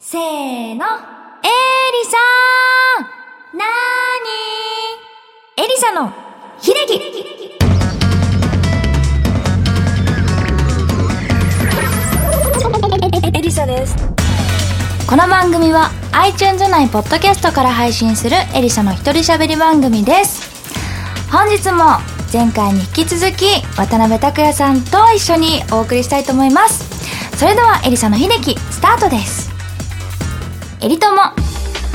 せーの、エリさーんなーにーエリサの、秀樹エリサです。この番組は iTunes 内ポッドキャストから配信するエリサの一人喋り番組です本日も前回に引き続き渡辺拓也さんと一緒にお送りしたいと思いますそれではエリサの秀樹スタートですエリとも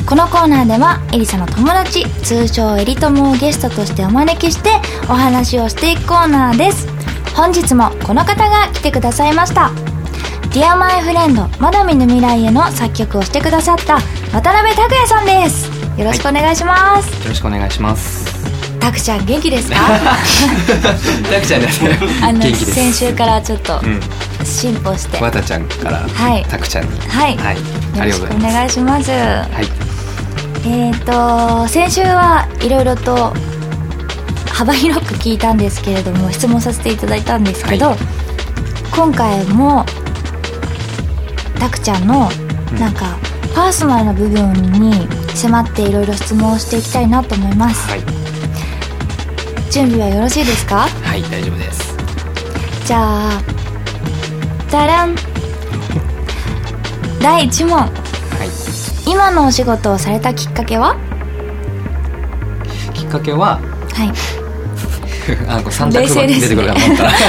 このコーナーではエリサの友達通称エリともをゲストとしてお招きしてお話をしていくコーナーです本日もこの方が来てくださいましたディアマイフレンドまだ見ぬ未来への作曲をしてくださった渡辺拓也さんですよろしくお願いします、よろしくお願いします。拓ちゃん元気です かたくちゃんです。あの元気です。先週からちょっとうん。進歩して、わたちゃんから、はいたくちゃんに。はい、はい。あよろしくりがとうごおざいます。願いしますはい。えっ、と先週はいろいろと幅広く聞いたんですけれども質問させていただいたんですけど、はい今回もたくちゃんのうんなんか、パーソナルな部分に迫っていろいろ質問をしていきたいなと思います、はい。準備はよろしいですかはい、大丈夫です。じゃあダラ ン第1問はい。今のお仕事をされたきっかけはきっかけは、 はいあ、これ三択冷静がですね出てくるかと思ったら。本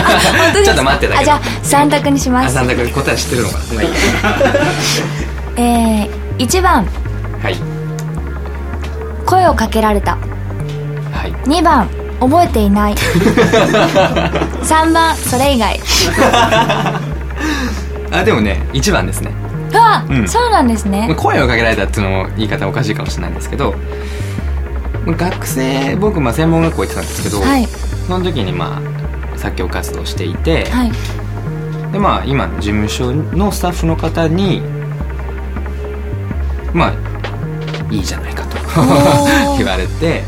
当ですかちょっと待ってだけあじゃあ3択にしまあ、す三択答え知ってるのかな。まあいいやえー、1番はい。声をかけられたはい。 2番覚えてい ない3番それ以外あ、でもね、一番ですね。うわ、うんそうなんですね声をかけられたっていうのも言い方おかしいかもしれないんですけど。学生、僕、まあ、専門学校行ってたんですけど。はいその時に、まあ、作曲活動していて。はいでまあ今の事務所のスタッフの方にまあいいじゃないかとー 言われて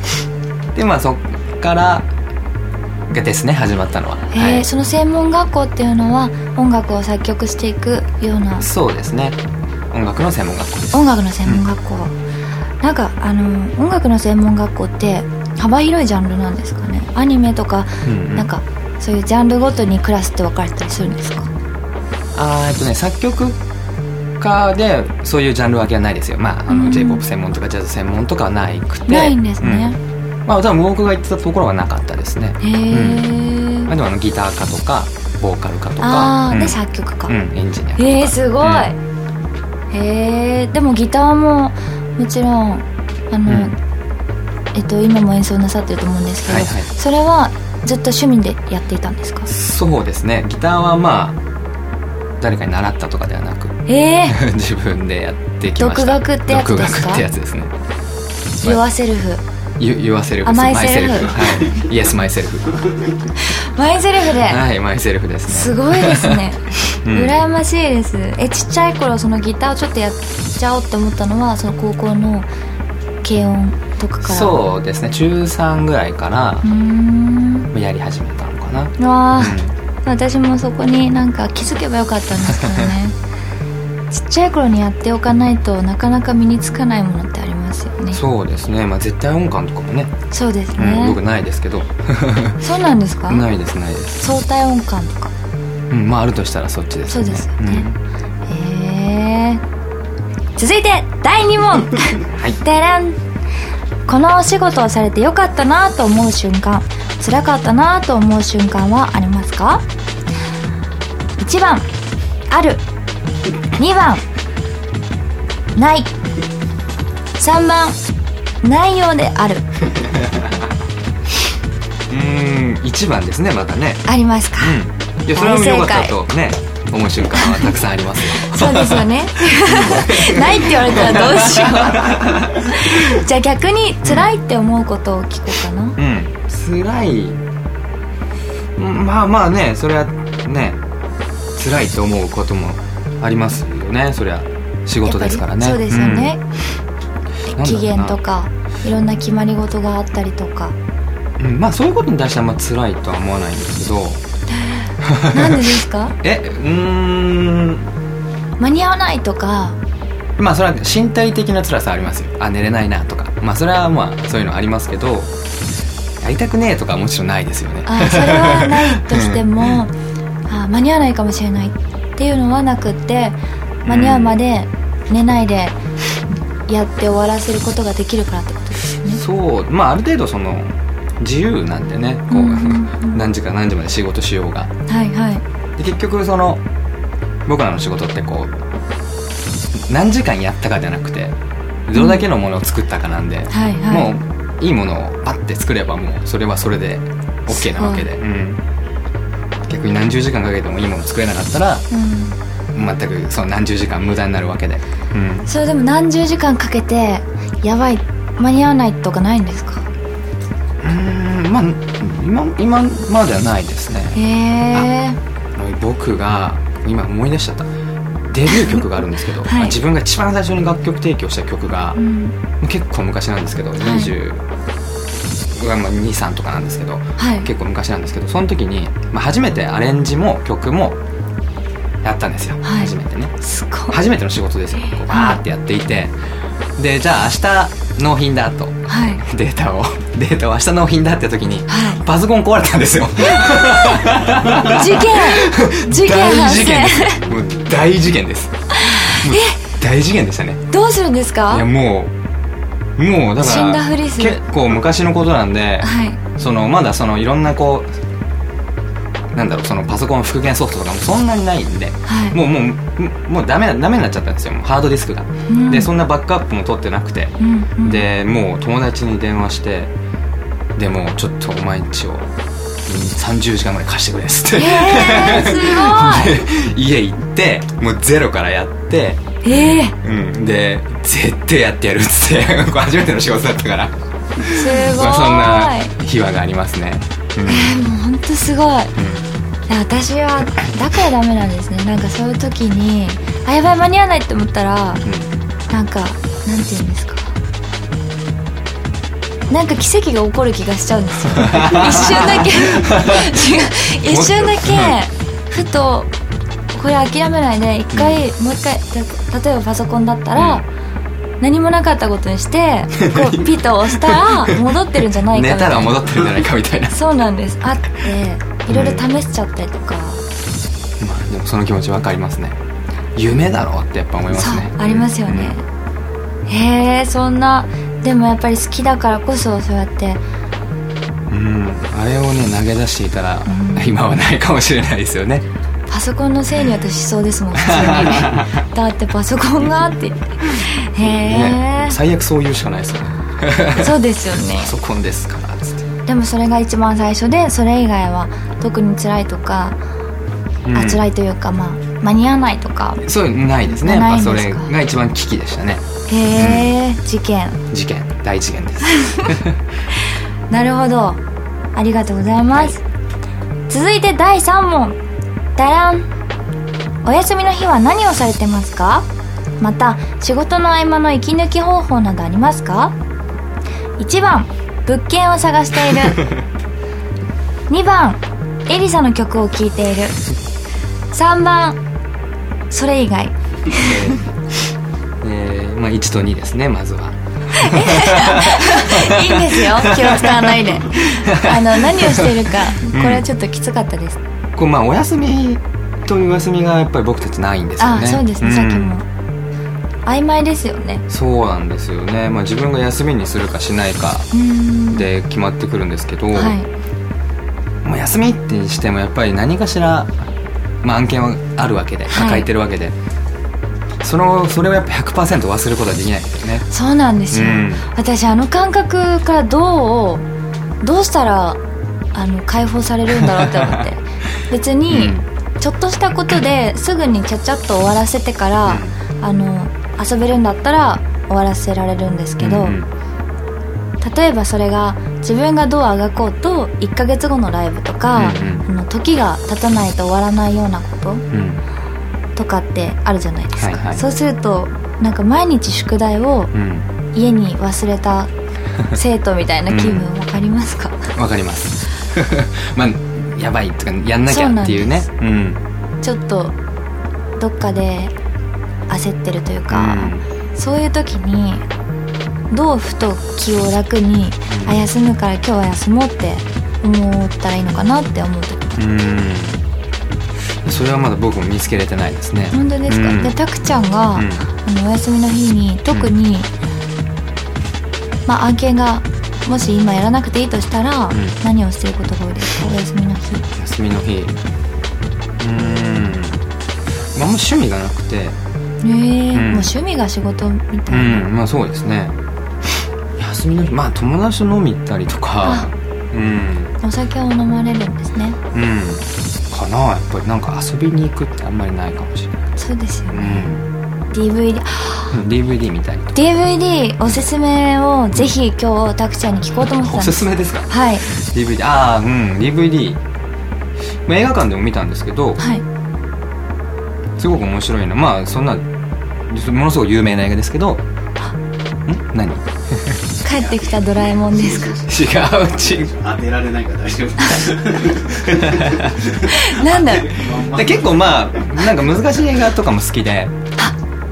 でまあそっからがですね始まったのは、えーはいその専門学校っていうのは音楽を作曲していくようなそうですね音楽の専門学校です音楽の専門学校、なんかあの音楽の専門学校って幅広いジャンルなんですかねアニメとか、うんうんなんかそういうジャンルごとにクラスって分かれてたりするんですかあーえっとね作曲家でそういうジャンル分けはないですよまああうんの j p o p 専門とかジャズ専門とかはないくてないんですね、、うんまあ多分僕が行ってたところはなかったですねへえ、まあでもあのギター家とかボーカル家とかああ、うんで作曲家、うん、エンジニアえー、すごい、うんへえでもギターももちろんあの、うんえっと今も演奏なさってると思うんですけど、はいはいそれはずっと趣味でやっていたん ですかそうですねギターはまあ誰かに習ったとかではなく ええ自分でやってきました独学ってやつですか独学ってやつですねー、弱セルフゆ言わせるあマイセルフはいイエスマイセ ルフマイセルフで、はいマイセルフですすねごいですね、 うん羨ましいですえちっちゃい頃そのギターをちょっとやっちゃおうって思ったのはその高校の軽音とかからうそうですね中3ぐらいからうーんやり始めたのかな、うわー、う私もそこになんか気づけばよかったんですけどね ちっちゃい頃にやっておかないとなかなか身につかないものってありますよねんそうそうですね、まあ、絶対音感とかもね、ですうんね、僕ないですけどそうなんですかないですないです、相対音感とかうん、まああるとしたらそっちですそうですようねんへえ続いて第2問はいダランこのお仕事をされてよかったなと思う瞬間辛かったなと思う瞬間はありますか1番ある2番ない3番ないようであるうん1番ですねまたねありますか、うん。いや、それは良かったとね、思う瞬間はたくさんありますよ。 そうですよねないって言われたらどうしようじゃあ逆に辛いって思うことを聞こうかなうん。辛い。うんまあまあね、それはね、辛いと思うこともありますよね、そりゃ。仕事ですからね。やっぱりそうですよね、うん。期限なんだとろかいろんな決まり事があったりとかうな。うんまあそういうことに対してはあんま辛いとは思わないんですけど、なんでですか え、うーん。間に合わないとかまあそれは身体的な辛さはありますよあ寝れないなとかまあそれはまあそういうのありますけどやりたくねえとかはもちろんないですよねあそれはないとしても、あ間に合わないかもしれないっていうのはなくって間に合うまで寝ないでやって終わらせることができるからってことですよねそうまあある程度その自由なんでねこう、うんうんうん何時から何時まで仕事しようがはいはいで結局その僕らの仕事ってこう何時間やったかじゃなくてどれだけのものを作ったかなんで、はいはいもういいものをパッて作ればもうそれはそれで OK なわけで、うん逆に何十時間かけてもいいもの作れなかったらう全くその何十時間無駄になるわけで、うんん、それでも何十時間かけてやばい間に合わないとかないんですかうんまあ今今まではないですねへえ僕が今思い出しちゃったデビュー曲があるんですけど、はいまあ自分が一番最初に楽曲提供した曲が、うん結構昔なんですけど、い20僕はまあ23とかなんですけどはい結構昔なんですけどその時に、まあ、初めてアレンジも曲もやったんですよ、はい初めてねすごい初めての仕事ですよこうバーってやっていてでじゃあ明日納品だとはいデータをデータを明日納品だって時にはパソコン壊れたんですよい事件事件大発事件生ですもう大事件ですもう大事件でしたねどうするんですかいやもうもうだ死んだかふらりする結構昔のことなんではいそのまだそのいろんなこうなんだろうそのパソコン復元ソフトとかもそんなにないんではいもうもうもうダメなダメになっちゃったんですよもうハードディスクが、うんでそんなバックアップも取ってなくて、うんうんでもう友達に電話してでもうちょっとお前んちをうん30時間ぐらい貸してくれっつって、えー、すごで家行ってもうゼロからやって、いえうん、で絶対やってやるっつって これ初めての仕事だったからー、すごい、 まあそんな秘話がありますね、うんえー、もう本当すごいいや私はだからダメなんですねなんかそういう時にあやばい間に合わないって思ったら なんかなんて言うんですかなんか奇跡が起こる気がしちゃうん ですよ一瞬 だけ違う一瞬だけふとこれ諦めないで一回、もう一回た例えばパソコンだったら、何もなかったことにしてこ うピッと押した ら戻ってるんじゃなういん、か寝みたたいらな戻ってるんじゃないかみたいな そうなんですあっていろいろ試しちゃったりとか、まあでもその気持ち分かりますね夢だろうってやっぱ思いまそすうねありますよね、へえそんなでもやっぱり好きだからこそそうやってうん、あれをね投げ出していたら、うん今はないかもしれないですよねパソコンのせいに私しそうです もん普通にだってパソコンがあってへえ、ね最悪そう言うしかないですよねそうですよねパソコンですからつってでもそれが一番最初でそれ以外は特に辛いとか、うんあ辛いというかまあ間に合わないとかそうないですねやっないぱんですそかれが一番危機でしたねへえ、事件事件大事件ですなるほどありがとうございます、続いて第3問だらんお休みの日は何をされてますかまた仕事の合間の息抜き方法などありますか1番物件を探している2番エリサの曲を聴いている3番それ以外えーまあ、1と2ですねまずはいいんですよ気を使わないであの何をしているかこれはちょっときつかったです、こうまあお休みというお休みがやっぱり僕たちないんですよねあそうですね、んさっきも曖昧ですよねそうなんですよね、まあ、自分が休みにするかしないかうーんで決まってくるんですけど、はいもう休みってしてもやっぱり何かしら、まあ、案件はあるわけではい抱えてるわけで、そのそれをやっぱ100%忘れることはできないですよねそうなんですよ、うん私あの感覚からどうどうしたらあの解放されるんだろうって 思って別に、ちょっとしたことですぐにちゃちゃっと終わらせてから、あの遊べるんだったら終わらせられるんですけど、うんうん例えばそれが自分がどうあがこうと1ヶ月後のライブとか、うんあの時が経たないと終わらないようなことうんとかってあるじゃないですか、はいはいそうするとなんか毎日宿題をうん家に忘れ た生徒みたいな気分うわかりますかわかります まあやばいとかやんなきゃっていうねそううんちょっとどっかで焦ってるというか、そういう時にどうふと気を楽にあ休むから今日は休もうって思ったらいいのかなって思う時うんそれはまだ僕も見つけれてないですね本当ですか、うんでたくちゃんが、うんあのお休みの日に特に、まあ案件がもし今やらなくていいとしたら、ん何をしてることが多いですかお休みの日休みの日うーんまああんま趣味がなくてええうんもう趣味が仕事みうたいな、んまあそうですね休みの日まあ友達と飲み行ったりとかあうんお酒を飲まれるんですねうんかなやっぱりなんか遊びに行くってあんまりないかもしれないそうですようね、ん DVD DVD 見たりとか DVD おすすめをぜひ今日たくちゃんに聞こうと思ってたんおですすすめですかはい DVD ああうん DVD まあ映画館でも見たんですけどはいすごく面白いなまあそんなものすごく有名な映画ですけどん 何違う帰ってきたドラえもんです か違う当てられないから大丈夫 なんだで結構まあなんか難しい映画とかも好きで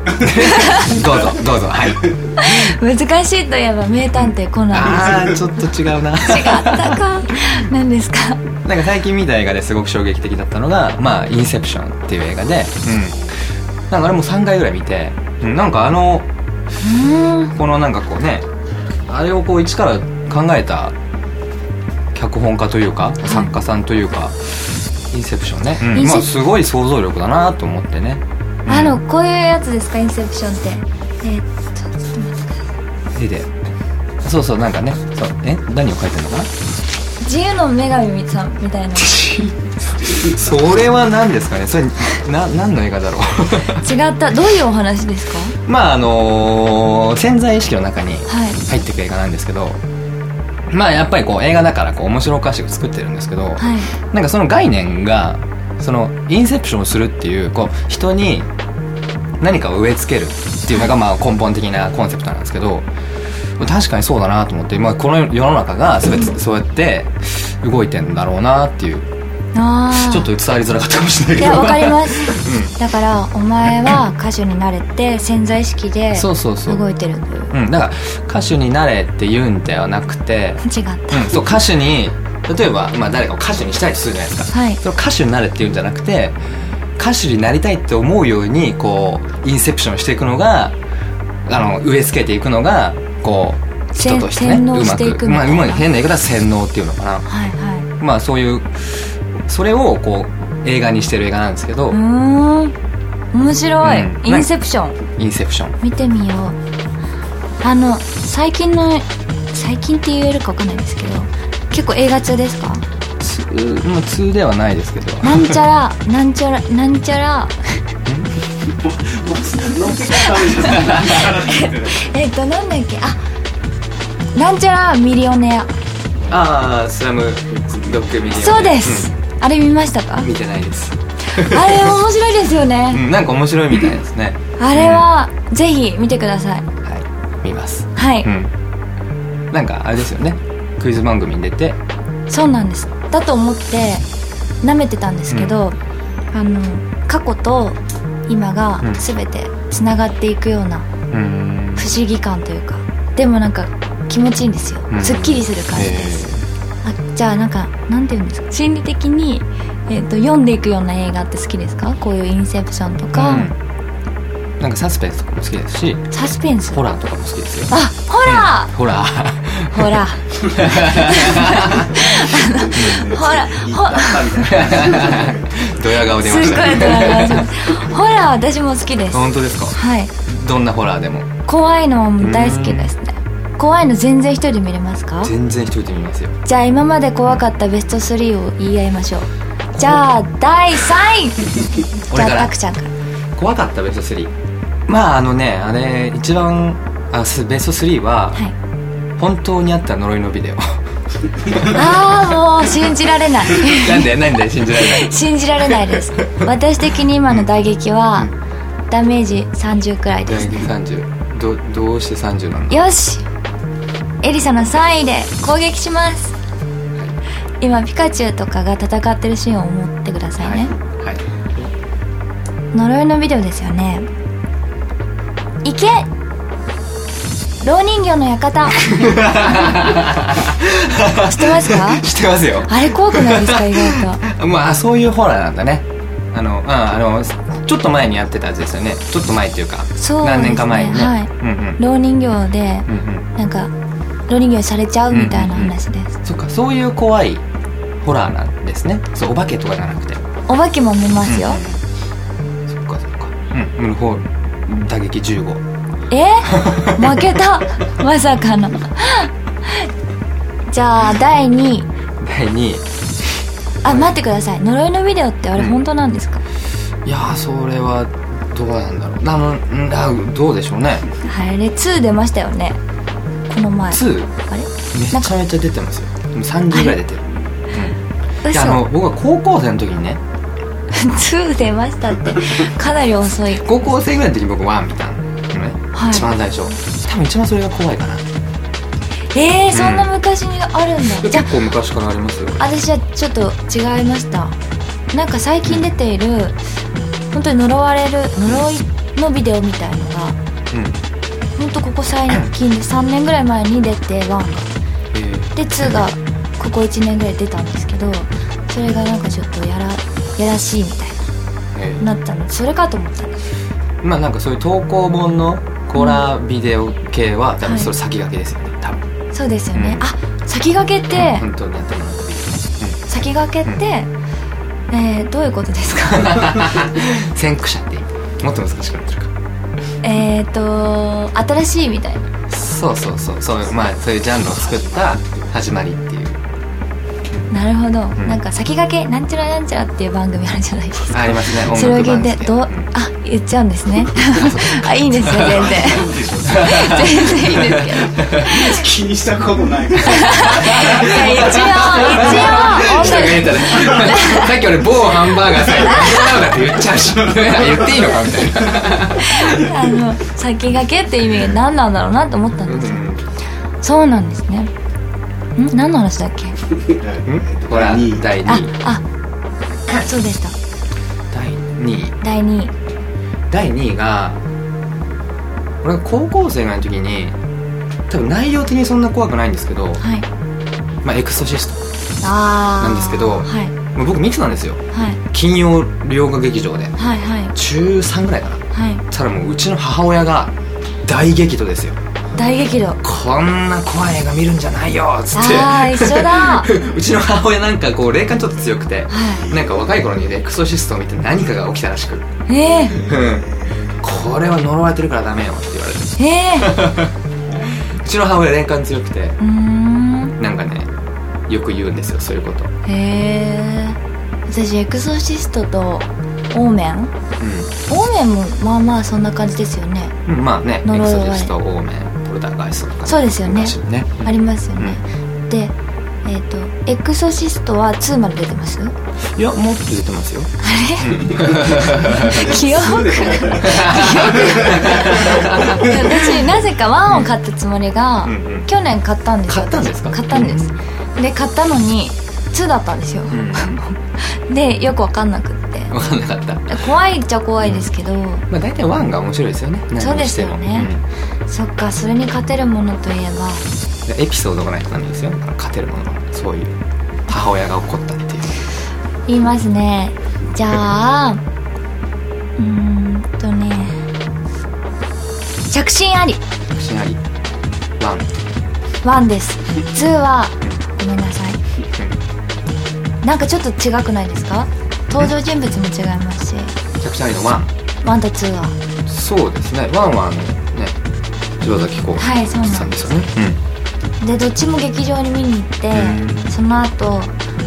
どうぞどうぞはい難しいといえば名探偵コナンああちょっと違うな違ったか何ですかなんか最近見た映画ですごく衝撃的だったのが「まあ、インセプション」っていう映画で、うん、なんかあれも3回ぐらい見て、うんなんかあのこのなんかこうねあれをこう一から考えた脚本家というか作家さんというか、インセプションね、うんインセプまあ、すごい想像力だなと思ってねあのこういうやつですかインセプションってえーっとちょっと待って絵でそうそうなんかねそうえ何を書いてるのかな自由の女神さんみたいなそれは何ですかねそれな何の映画だろう 違 ったどういうお話ですかまああのー潜在意識の中にはい入っていく映画なんですけどまあやっぱりこう映画だからこう面白おかしく作ってるんですけど、はいなんかその概念がそのインセプションをするっていうこう人に何かを植え付けるっていうのがまあ根本的なコンセプトなんですけど確かにそうだなと思って、まあ、この世の中が全てそうやって動いてんだろうなっていうああちょっと伝わりづらかったかもしれないいけどやわかります、だからお前は歌手になれて潜在意識で そうそうそう、動いてるといううん、だから歌手になれって言うんではなくて、違った、うん、そう歌手に例えば、まあ、誰かを歌手にしたりするじゃないですかはいその歌手になれっていうんじゃなくて歌手になりたいって思うようにこうインセプションしていくのがあの植え付けていくのがこうせ人としてね洗脳していくうまく、みまたいあ、な変な言い方は洗脳っていうのかなはいはまあそういうそれをこう映画にしてる映画なんですけど、いうーん面白い、うんインセプションインセプション見てみようあの最近の最近って言えるかわかんないですけど結構映画中ですかつまあ通ではないですけどなんちゃらなんちゃらなんちゃら乗ってくるためじゃないえっとなんだっけあなんちゃらミリオネアああスラムドッグミリオンそうです、あれ見ましたかあうん見てないです、れ面白いですようねん、なんか面白いみたいですねあれはぜひ見てくださいはい見ますはい、うん、なんかあれですよねクイズ番組に出てそうなんですだと思って舐めてたんですけど、あの過去と今がうん全てつながっていくようなうん不思議感というかでもなんか気持ちいいんですよ、うんすっきりする感じです、あじゃあなんかなんて言うんですか心理的に、えー、と読んでいくような映画って好きですかこういうインセプションとか、うん、なんかサスペンスとかも好きですしサスペンスホラーとかも好きですよあホラホラー ー、ホラーほらほだったみたいなドヤ顔出すまっごいしたねドラマですホラー私も好きです 本当ですかはいどんなホラーでも怖いのも大好きですね怖いの全然一人で見れますか全然一人で見ますよじゃあ今まで怖かったベスト3を言い合いましょうじゃあ第3位じ俺ゃあからたくちゃんから怖かったベスト3まああのねあれ一番あすベスト3は、はい本当にあった呪いのビデオ ああもう信じられない なんでなんで信じられない信じられないです私的に今の打撃はダメージ30くらいですね30どどうして30なんだよしエリサの3位で攻撃します今ピカチュウとかが戦ってるシーンを思ってくださいね、はい呪いのビデオですよね池老人形の館知ってますか 知ってますよあれ怖くないですか意外とまあそういうホラーなんだねあのああのちょっと前にやってたやつですよねちょっと前っていうかそうですね何年か前にね、はいうんうん老人形でうんうんなんか老人形にされちゃうみたいな話です、そっかそういう怖いホラーなんですねそうお化けとかじゃなくてお化けも見ますよ、そっかそっかうん無法打撃15え負けたまさかのじゃあ第2位第2位あ待ってください呪いのビデオってあれうん本当なんですか、いやーそれはどうなんだろうあのうんあどうでしょうねあれ2出ましたよねこの前2あれめちゃめちゃ出てますよもう30ぐらい出てるいやあ 嘘の僕は高校生の時にね2出ましたってかなり遅い高校生ぐらいの時に僕ワン見たのね、はい一番最初多分一番それが怖いかなえー、そんな昔にあるんだじゃあ構昔からありますよ私はちょっと違いましたなんか最近出ている本当に呪われる呪いのビデオみたいのがうん本当ここ最近 で3年ぐらい前に出て1がえーで2がここ1年ぐらい出たんですけどそれがなんかちょっとやらやらしいみたいえーななったのそれかと思ったんですまあなんかそういう投稿本のコラビデオ系は多分それ先駆けですよね、多分そうですよね、うんあ先駆けって、本当にやってもらっていい先駆けって、えーどういうことですか 先駆者ってもっと難しくなってるかえっと新しいみたいなそうそうそうそういうまあそういうジャンルを作った始まりっていうなるほど、んなんか先駆けなんちゃらなんちゃらっていう番組あるじゃないですかありますねそれを音聞楽番い付てどうあ言っちゃうんです ねあいいんですよ全然全然いいんですけど気にしたことないい からや一応一応人が言え たらさっき俺某ハンバーガーさんだって言っちゃうし言っていいのかみたいなあの先駆けって意味が何なんだろうなと思ったんですよそうなんですねん何の話だっけほら第あ2位あそうでした第2位第2位第2位が俺が高校生ぐらいの時に多分内容的にそんな怖くないんですけど、はいまあ、エクソシスあーなんですけどはいトもう僕見てたんですよはい金曜洋画劇場ではいはい中3ぐらいかなはたらもううちの母親が大激怒ですよい大激怒こんな怖い映画見るんじゃないよっつってあー一緒だ うちの母親なんかこう霊感ちょっと強くて、はなんか若い頃にエクソシストを見て何かが起きたらしくえこれは呪われてるからダメよって言われてー、えー、うちの母親霊感強くてうーんなんかねよく言うんですよそういうことへうんえ私エクソシストとオーメンオーメンもまあまあそんな感じですよねうんまあねエ呪クわれソシストオーメンポルターガイストとかそうですよね昔のねありますよね、でえっ、とエクソシストは2まで出てますあいやもっと出てますよれ記憶 私なぜか1を買ったつもりが、うんうん去年買ったんですよ買ったんですか買ったんです、で買ったのに2だったんですよ、うんでよくわかんなくって分かんなかった怖いっちゃ怖いですけど、まあ大体ワンが面白いですよね何にしてもそうですよねそっかそれに勝てるものといえばうんでエピソードがないとダメですよだから勝てるものはそういう母親が怒ったっていう言いますねじゃあうーんとね着信ありシナリワンワンですツーはごめんなさいなんかちょっと違くないですか登場人物も違いますしジャクシナリのワンワンとツーはそうですねワンはあのね柴咲コウはいそうさなんんでですすよねでどっちも劇場に見に行って、うその後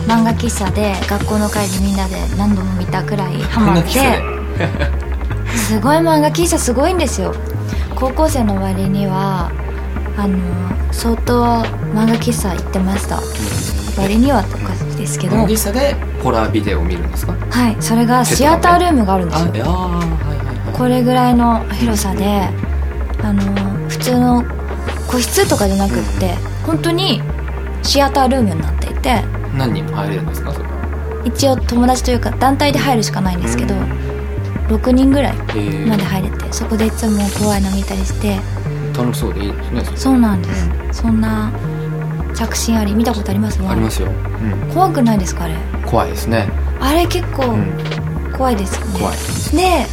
漫画喫茶で学校の帰りみんなで何度も見たくらいハマっ漫画喫茶でてすごい漫画喫茶すごいんですよ高校生の割にはあの相当漫画喫茶行ってました割にはとかですけど、うんギサでホラービデオを見るんですかはいそれがシアタールームがあるんですよいやーはいはいはいこれぐらいの広さであの普通の個室とかじゃなくって、本当にシアタールームになっていて何人も入れるんですかそれは一応友達というか団体で入るしかないんですけど、 6人ぐらいーまで入れてそこでいつも怖いの見たりして楽しそうでいいですねそうなんです、そんな作品あり見たことありますありますよ、怖くないですかあれ怖いですね、あれ結構うん怖いですよね、怖いで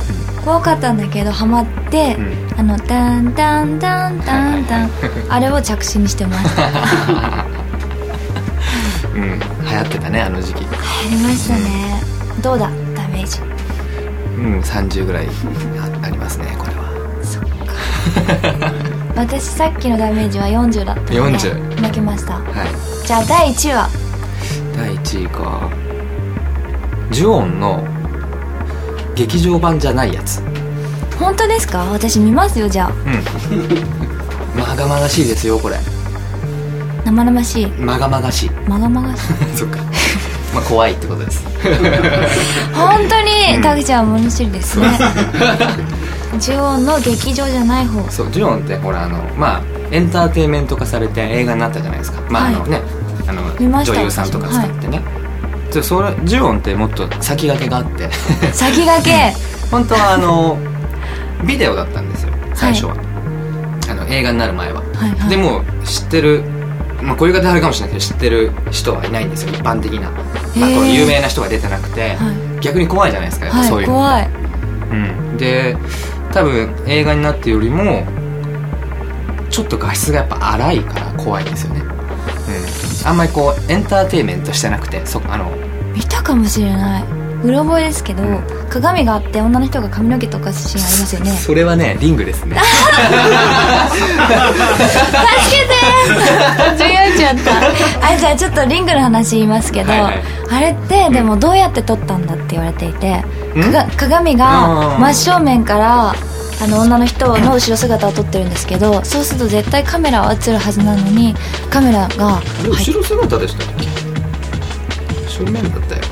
怖かったんだけどハマって、うあのダンダンダンダンダンあれを着信にしてました流 うん、流行ってたねあの時期行りましたねどうだダメージうん30ぐらいあありますねこれは 私さっきのダメージは40だったので40負けましたはいじゃあ第1位は第1位かジュオンの劇場版じゃないやつうん本当ですか私見ますよじゃあまがまがしいですよこれ生々しいまがまがしいまがまがしい そっかまあ怖いってことです本当にタグちゃんは物知りですね中央の劇場じゃない方そうジュオンってほらあのまあエンターテインメント化されて映画になったじゃないですかまあ、あのはいねあ見のました女優さんとか使ってね、じゃそれジュオンってもっと先駆けがあって先駆け本当はあのビデオだったんですよ最初は、あの映画になる前は、はいはいでも知ってる、まあ、こういう言い方あるかもしれないけど知ってる人はいないんですよ一般的な、まあ、こへーう有名な人が出てなくて、は逆に怖いじゃないですかやっぱそうはいいの怖いうん、で多分映画になってよりもちょっと画質がやっぱ荒いから怖いんですよね、うん、あんまりこうエンターテインメントしてなくてそあの見たかもしれないうろ覚えですけど、うん鏡があって女の人が髪の毛とかすシーンありますよねそれはねリングで すね助けてー違うちゃったあじゃあちょっとリングの話言いますけど、はいはいあれってでもどうやって撮ったんだって言われていてんかが鏡うがん真正面からあの女の人の後ろ姿を撮ってるんですけどそうすると絶対カメラは映るはずなのにカメラがあれ後ろ姿でしたっけ正面だったよ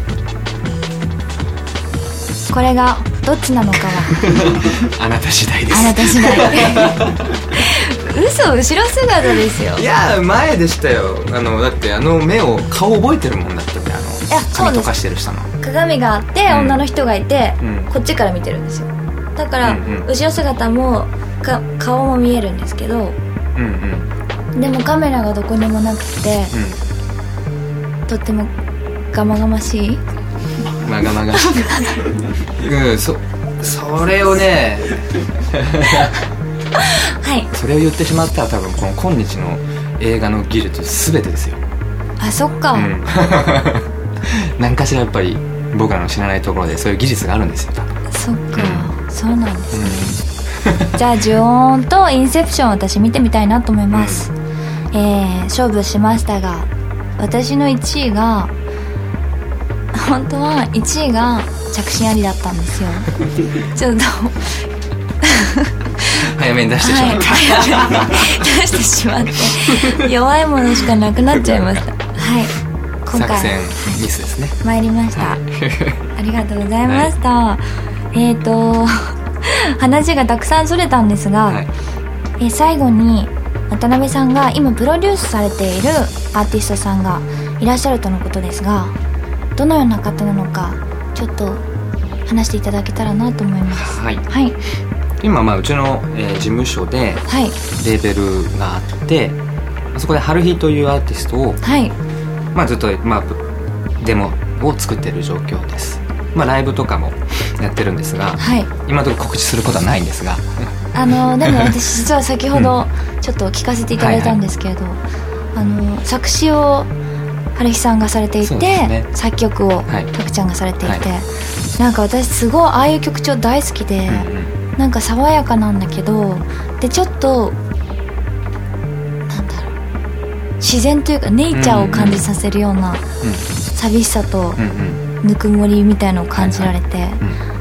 これがどっちなのかはあなた次第であなすた次 第嘘後ろ姿ですよいやー前でしたよあのだってあの目を顔覚えてるもんだったってあやのそうです髪とかしてる人の鏡があって、うん女の人がいて、うんこっちから見てるんですよだから、うんうん後ろ姿もか顔も見えるんですけどうんうんうんでもカメラがどこにもなくてとってもがまがましいまがまが しくうんそそれをねはいそれを言ってしまったら多分この今日の映画の技術全てですよ、あそっか、うん 何かしらやっぱり僕らの知らないところでそういう技術があるんですよ多分そっか、そうなんですね、じゃあ呪音とインセプション私見てみたいなと思います、えー、勝負しましたが私の1位が本当は1位が着信ありだったん ですよちょっと早めに出してしまった、はい出してしまって弱いものしかなくなっちゃいましたはい今作回戦ミスですね参りました、ありがとうございました、えっ、ー、と 話がたくさんそれたんです が、はいえー最後に渡辺さんが今プロデュースされているアーティストさんがいらっしゃるとのことですがどのような方なのかちょっと話していただけたらなと思いますはいはい今まあうちの、えー事務所ではいレーベルがあってそこでハルヒというアーティストをはいまあ、ずっと、まあ、デモを作ってる状況です、まあ、ライブとかもやってるんですがはい今のところ告知することはないんですがあのでも私実は先ほどちょっと聞かせていただいたんですけれど、あの作詞を春日さんがされていて、そうですね作曲をはい拓ちゃんがされていて、はいなんか私すごいああいう曲調大好きで、うんうんなんか爽やかなんだけどでちょっとなんだろう自然というかネイチャーを感じさせるような寂しさとうんうんぬくもりみたいのを感じられて、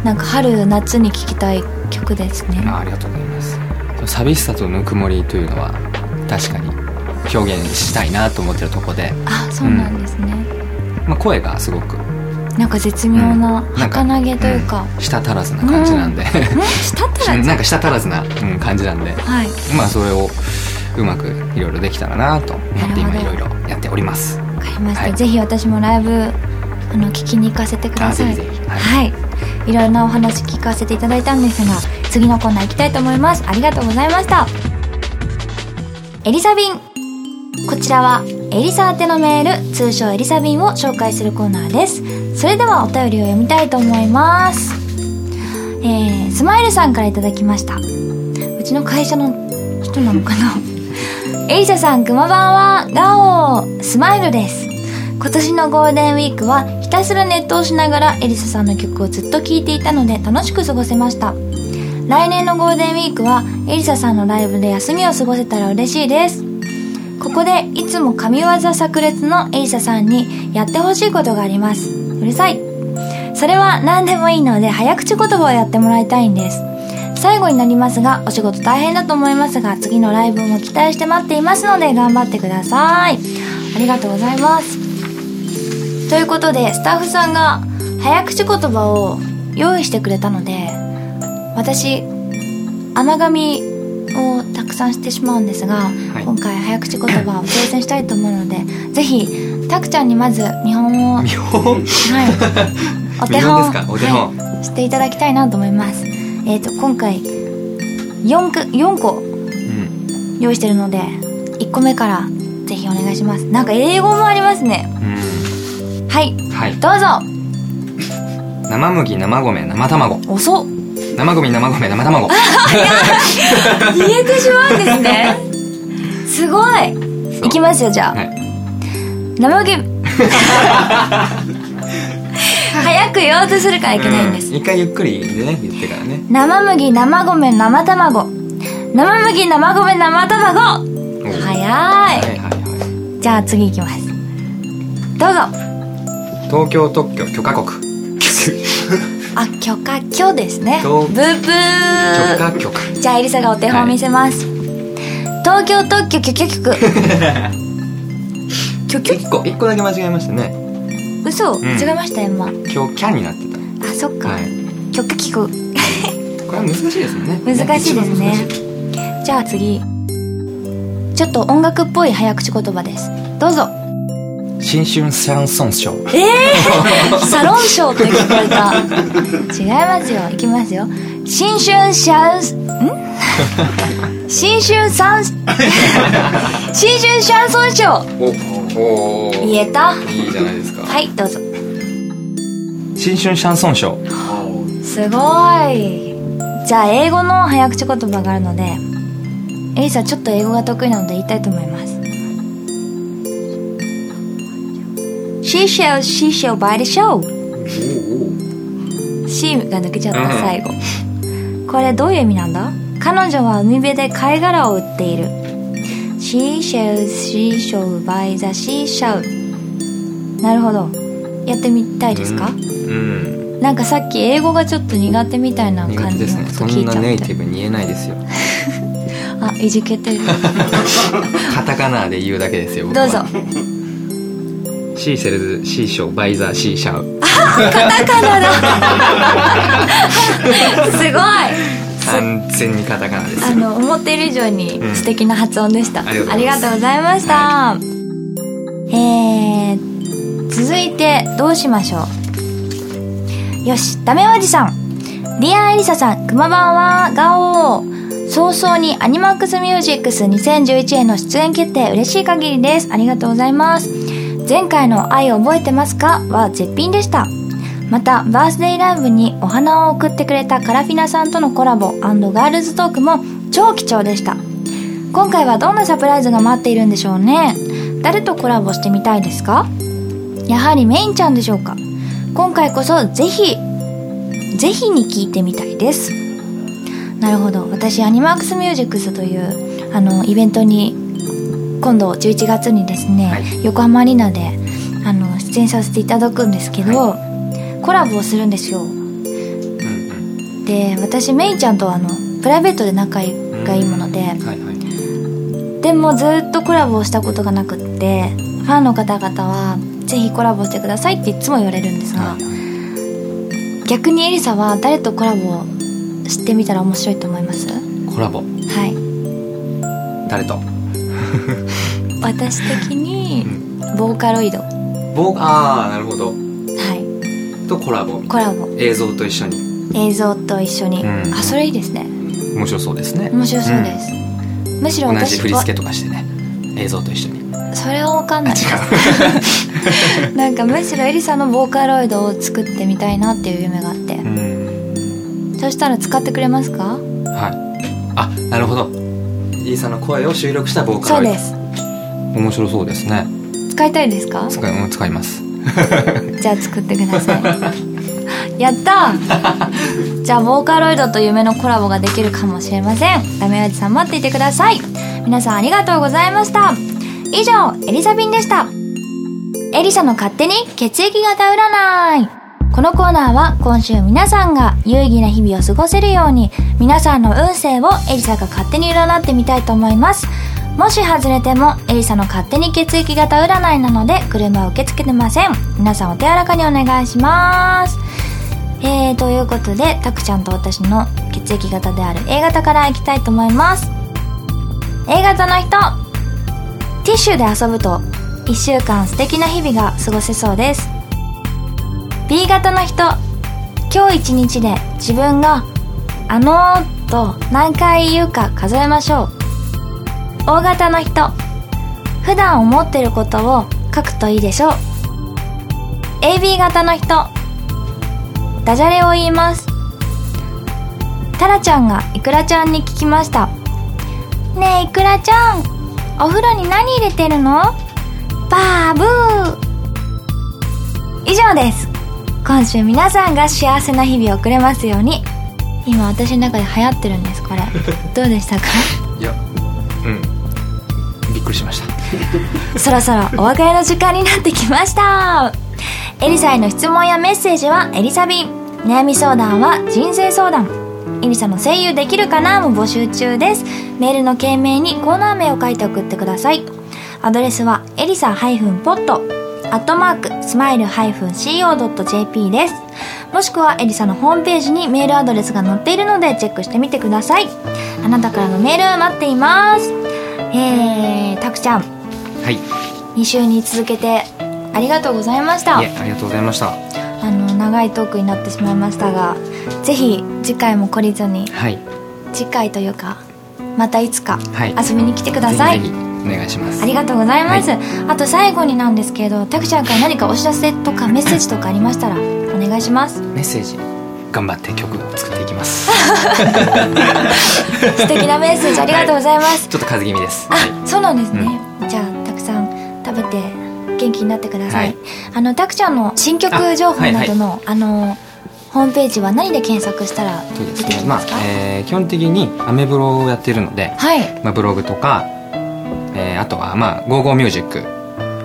うなんか春夏に聴きたい曲ですねんあありがとうございますその寂しさとぬくもりというのは確かに表現したいなと思ってるとこで、あそうなんですね、まあ、声がすごくなんか絶妙なうんなんか儚げというか、うん舌足らずな感じなんで、うん、したったらなんか舌足らずな、うん感じなんではいまあそれをうまくいろいろできたらなと思って今ないるろほどいろやっておりますわかりました、はいぜひ私もライブあの聞きに行かせてくださいあぜひぜひは、はいい、ろんなお話聞かせていただいたんですが次のコーナー行きたいと思いますありがとうございましたエリサビンこちらはエリサ宛てのメール通称エリサビンを紹介するコーナーですそれではお便りを読みたいと思いますえー、スマイルさんからいただきましたうちの会社の人なのかな エリサさん、くまばんは、ガオースマイルです。今年のゴールデンウィークは、ひたすらネットをしながらエリサさんの曲をずっと聴いていたので、楽しく過ごせました。来年のゴールデンウィークは、エリサさんのライブで休みを過ごせたら嬉しいです。ここで、いつも神業炸裂のエリサさんに、やってほしいことがあります。うるさい。それは何でもいいので早口言葉をやってもらいたいんです最後になりますがお仕事大変だと思いますが次のライブも期待して待っていますので頑張ってくださいありがとうございますということでスタッフさんが早口言葉を用意してくれたので私甘噛みをたくさんしてしまうんですが、い今回早口言葉を挑戦したいと思うのでぜひたくちゃんにまず見本を見 本はい。お手見本本ですかお手本はい、していただきたいなと思います。えっ、と今回四く四個うん用意してるので一個目からぜひお願いします。なんか英語もありますね。うはい。んはいどうぞ。生麦生米生卵遅っ。生ゴミ生米生卵言えてしまうんですね。すごそい。ういきますよじゃあ。はい生麦。 早く言おうとするからいけないんですう。一回ゆっくりでね言ってからね生麦生米生卵生麦生米生卵お早はいいはいはいじゃあ次いきますどうぞ東京特許許可国あ許可許ですねブどうーブ許ー可許可じゃあエリサがお手本を見せます、東京特許許 可局キョキョ一個一個だけ間違えましたね嘘ん間違えました今あ今日キャになってそっか、たはい許可局これは難しいですね難しいですねじゃあ次ちょっと音楽っぽい早口言葉ですど うぞ新春サランソンショーサロンショーって聞こえた。違いますよ。いきますよ。新春シャンス、ん 新春サンス、新春シャンソンショー。おおー言えたいいじゃないですかはい、どうぞ。新春シャンソンショーすごい。じゃあ、英語の早口言葉があるので、エリサちょっと英語が得意なので言いたいと思います。She shall, she shall by the show. C が抜けちゃった最後、これどういう意味なんだ彼女は海辺で貝殻を売っている She shall, she shall by the sea shell なるほどやってみたいですか、うんなんかさっき英語がちょっと苦手みたいな苦感じ手ですのねことそ聞んいなちゃっネイてティブに言えないで すよあいじけてる カタカナで言うだけですよ僕どはうぞシーセルズシーショーバイザーシーシャウカタカナだ すごい完全にカタカナですあよの思っている以上にうん素敵な発音でした、ありがとうごございますざいました、えー、続いてどうしましょうよしダメおじさんリアエリサさんくまばんはガオー早々にアニマックスミュージックス2011への出演決定嬉しい限りですありがとうございます前回の「愛を覚えてますか?」は絶品でしたまたバースデーライブにお花を送ってくれたカラフィナさんとのコラボガールズトークも超貴重でした今回はどんなサプライズが待っているんでしょうね誰とコラボしてみたいですかやはりメインちゃんでしょうか今回こそぜひぜひに聞いてみたいですなるほど私アニマックスミュージックスというあのイベントに今度11月にですね、はい横浜アリーナであの出演させていただくんですけど、コラボをするんですようんで私メイちゃんとはあのプライベートで仲がいいもので、うんはいはいでもずっとコラボをしたことがなくってファンの方々は「ぜひコラボしてください」っていつも言われるんですが、逆にエリサは誰とコラボをしてみたら面白いと思いますはコラボい誰と私的にボーカロイドはボーああなるほどとコラボみたいコラボな映像と一緒に映像と一緒に、うんあそれいいですね面白そうですね面白そうです、むしろ同私じ振り付けとかしてね映像と一緒にわそれは分かんない なんかむしろエリサのボーカロイドを作ってみたいなっていう夢があって、そしたら使ってくれますかはいあなるほどリーさんの声を収録したボーカそうロイでドす面白そうですね使いたいですか使いうん使いますじゃあ作ってください やったーじゃあボーカロイドと夢のコラボができるかもしれませんダメおじさん待っていてください皆さんありがとうございました以上エリザビンでしたエリサの勝手に血液型占いこのコーナーは今週皆さんが有意義な日々を過ごせるように皆さんの運勢をエリサが勝手に占ってみたいと思いますもし外れてもエリサの勝手に血液型占いなので車は受け付けてません皆さんお手柔らかにお願いしますえー、ということでたくちゃんと私の血液型である A 型からいきたいと思います A 型の人ティッシュで遊ぶと1週間素敵な日々が過ごせそうです B 型の人今日一日で自分が「あのー」と何回言うか数えましょう O 型の人普段思ってることを書くといいでしょう AB 型の人ダジャレを言いますタラちゃんがイクラちゃんに聞きましたねえイクラちゃんお風呂に何入れてるのバーブー以上です今週皆さんが幸せな日々を送れますように今私の中で流行ってるんですこれどうでしたかいやうんびっくりしましたそろそろお別れの時間になってきましたエリサへの質問やメッセージはエリサビン悩み相談は人生相談エリサの声優できるかなも募集中ですメールの件名にコーナー名を書いて送ってくださいアドレスはエリサ -pod アットマークスマイル -co.jp ですもしくはエリサのホームページにメールアドレスが載っているのでチェックしてみてくださいあなたからのメール待っていますえー、たくちゃんはいい2週に続けてありがとうございましたえありがとうございましたあの長いトークになってしまいましたがぜひ次回も懲りずにはい次回というかまたいつかはい遊びに来てください、ぜひぜひお願いしますありがとうございます、あと最後になんですけどたくちゃんから何かお知らせとかメッセージとかありましたらお願いしますメッセージ頑張って曲を作っていきます素敵なメッセージありがとうございます、ちょっと風邪気味ですあそうなんですね、じゃあたくさん食べて元気になってください、はいあのたくちゃんの新曲情報などのあ,、のホームページは何で検索したらそうで出すてきねまますかあ、えー基本的にアメブロをやってるので、はいまあ、ブログとか、えーあとはまあ GoGo ミュージック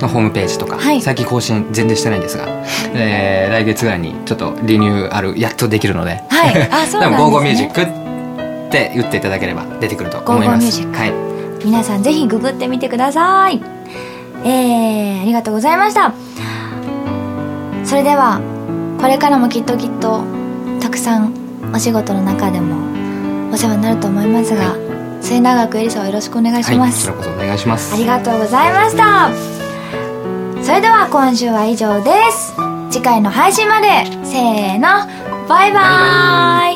のホームページとか、はい最近更新全然してないんですが、えー来月ぐらいにちょっとリニューアルやっとできるので、 はいあそうなんですね GoGo ミュージックって打っていただければ出てくると思います GoGo Music はい、皆さんぜひググってみてくださいえー、ありがとうございましたそれではこれからもきっときっとたくさんお仕事の中でもお世話になると思いますが、末永くエリサをよろしくお願いしはまい、す、こちらこそお願いしますありがとうございましたそれでは今週は以上です次回の配信までせーのバイバイ